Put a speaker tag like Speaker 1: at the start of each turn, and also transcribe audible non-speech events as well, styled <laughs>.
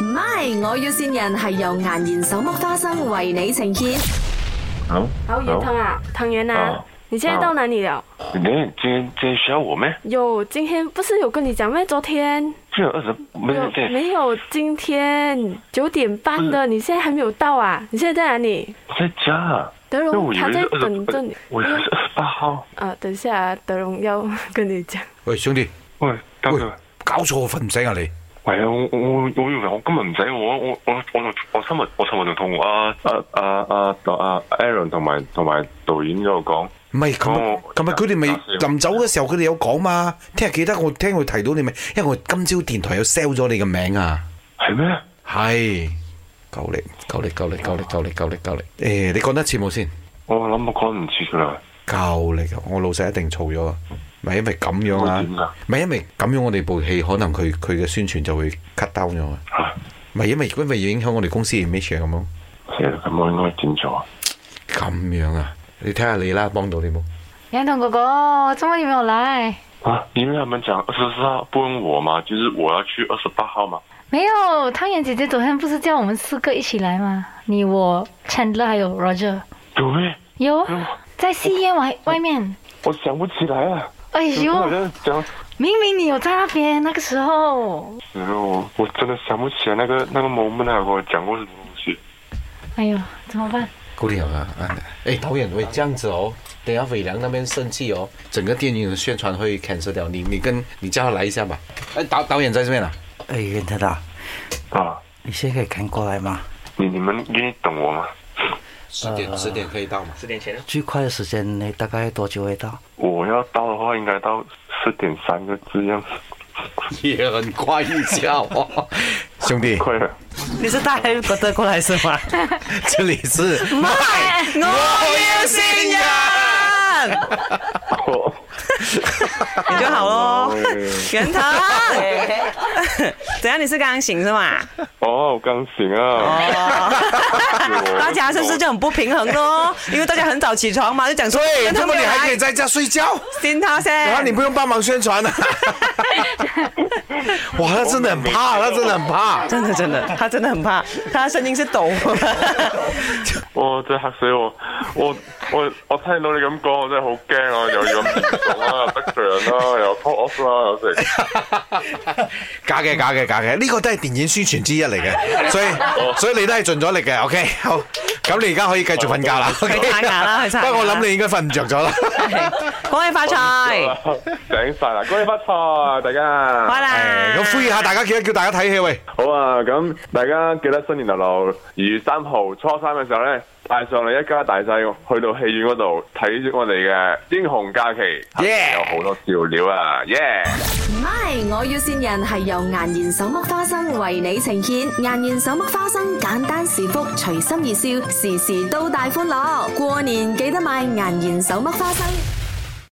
Speaker 1: MY，我要線人係由顏然手剝花生為你呈現。
Speaker 2: Hello，
Speaker 3: 好，雨桐啊，唐源啊
Speaker 2: 哦，
Speaker 3: 你现在到哪里了？
Speaker 2: 你今天今天需要我咩？
Speaker 3: 有，今天不是有跟你讲咩？昨天
Speaker 2: 这二十不是
Speaker 3: 有
Speaker 2: 对，
Speaker 3: 没有？今天九点半的，你现在还没有到啊？你现在在哪里？
Speaker 2: 我在家。
Speaker 3: 德
Speaker 2: 那
Speaker 3: 荣
Speaker 2: 我以
Speaker 3: 他
Speaker 2: 为
Speaker 3: 在
Speaker 2: 是
Speaker 3: 等着你
Speaker 2: 20，我以为是二十八号。
Speaker 3: 啊，等一下啊，德荣要跟你讲。
Speaker 4: 喂，兄弟，
Speaker 2: 喂，得
Speaker 4: 喂
Speaker 2: 佢。，
Speaker 4: 搞錯瞓唔醒啊你？
Speaker 2: 喂，我我我以為我今日唔使我我我我我今日我啊尋日仲同阿阿阿阿阿啊 Aaron 同埋同埋導演嗰度講，
Speaker 4: 唔係，琴日
Speaker 2: 哦
Speaker 4: 琴日佢哋咪
Speaker 2: 搞笑
Speaker 4: 臨走嘅時候，佢哋有講嘛？聽日記得我聽佢提到你咪，因為我今朝電台有 sell 咗你嘅名啊。
Speaker 2: 係咩？
Speaker 4: 係，夠力，夠力，夠力，夠力，夠力，夠力，夠力。誒、你講得一次冇先？
Speaker 2: 我諗我講唔切㗎啦。
Speaker 4: 夠力啊！我老細一定嘈咗啊！咪因為咁樣啊
Speaker 2: 會點㗎？
Speaker 4: 咪因為咁樣，我哋部戲可能佢佢嘅宣傳就會 cut down 咗啊！
Speaker 2: 嚇，
Speaker 4: 咪因為因為影響我哋公司 image 啊咁樣。
Speaker 2: 其實咁我應該點做啊？
Speaker 4: 咁樣啊？你睇下你啦，幫到你冇？
Speaker 5: 杨彤哥哥，周末有没有来？
Speaker 2: 啊，因为他们讲二十四号不问我嘛，就是我要去二十八号嘛。
Speaker 5: 没有，汤圆姐姐昨天不是叫我们四个一起来吗？你、我、Chandler 还有 Roger，
Speaker 2: 有咩？
Speaker 5: 有啊
Speaker 2: 嗯
Speaker 5: 在吸烟外外面。
Speaker 2: 我想不起来啊。
Speaker 5: 哎
Speaker 2: 我
Speaker 5: 呦，
Speaker 2: 在讲，
Speaker 5: 明明你有在那边那个时候。
Speaker 2: 然后我我真的想不起来那个那个 moment 啊，我讲过什么东西。
Speaker 5: 哎呦，怎么办？
Speaker 4: 够力啊！哎，导演喂，这样子哦，等一下伟良那边生气哦，整个电影的宣传会 cancel 掉。你你跟你叫他来一下吧。哎，导导演在这边啊。
Speaker 6: 哎，袁太大，
Speaker 2: 啊，
Speaker 6: 你现在可以赶过来吗？
Speaker 2: 你你们愿意等我吗？
Speaker 4: 十点啊十点可以到吗？
Speaker 6: 最快的时间你大概多久会到？
Speaker 2: 我要到的话，应该到四点三个字样，
Speaker 4: 也很快一笑哦， <laughs> 兄弟，
Speaker 2: 快啊了。
Speaker 6: 你是大黑哥的过来是吗？
Speaker 4: 这里是 My，我要新 <laughs> 人。
Speaker 2: 哦
Speaker 7: 你就好
Speaker 4: 哦
Speaker 7: 喽。袁腾，怎样？你是刚醒是吗？哦
Speaker 2: 哦，我刚醒啊。 <laughs>
Speaker 7: 大家是不是就很不平衡咯？因为大家很早起床嘛，就讲说，哎
Speaker 4: 对，
Speaker 7: 袁
Speaker 4: 那
Speaker 7: 腾
Speaker 4: 么
Speaker 7: 没
Speaker 4: 你
Speaker 7: 有
Speaker 4: 还可以
Speaker 7: 来，哎
Speaker 4: 在家睡觉，
Speaker 7: 先他
Speaker 4: 然后你
Speaker 7: 先。
Speaker 4: 不用帮忙宣传了。啊
Speaker 7: <laughs>
Speaker 4: 哇，他真的很怕，他真的很 <laughs> 怕。
Speaker 7: 真的真的，他真的很怕，他的声音
Speaker 4: <laughs>
Speaker 7: 是抖。 <laughs>
Speaker 2: 我真嚇死我！我我我聽到你咁講，我真係好驚啊！又要咁嚴重啦，又啊得罪人啦，又 call off 啦，又
Speaker 7: <laughs>
Speaker 2: 成。
Speaker 7: 嗯
Speaker 4: 假嘅，假嘅，假嘅，呢個都係電影宣傳之一嚟嘅，
Speaker 7: <laughs>
Speaker 4: 所以
Speaker 7: 哦
Speaker 4: 所以你都係盡咗力嘅。OK，好，咁你而家可以繼續瞓覺啦。
Speaker 7: 去刷牙
Speaker 4: <laughs>
Speaker 7: 哦啦去刷牙啦
Speaker 4: 不過我諗你應該啊瞓唔着咗啦。 <laughs>
Speaker 7: 恭喜发财，
Speaker 2: 啊醒晒啦！恭喜發財，大家！
Speaker 7: 快啦！
Speaker 4: 咁呼籲下大家，記得叫大家睇戲喂。
Speaker 2: 好啊！咁大家記得新年流流，二月三號初三嘅時候咧，帶上你一家大細去到戲院嗰度睇我哋嘅英雄假期
Speaker 4: Yeah
Speaker 2: 有好多笑料啊！耶、
Speaker 1: MY，我要線人係由顏然手剝花生為你呈現。顏然手剝花生，簡單是福，隨心而笑，時時都大歡樂。過年記得買顏然手剝花生。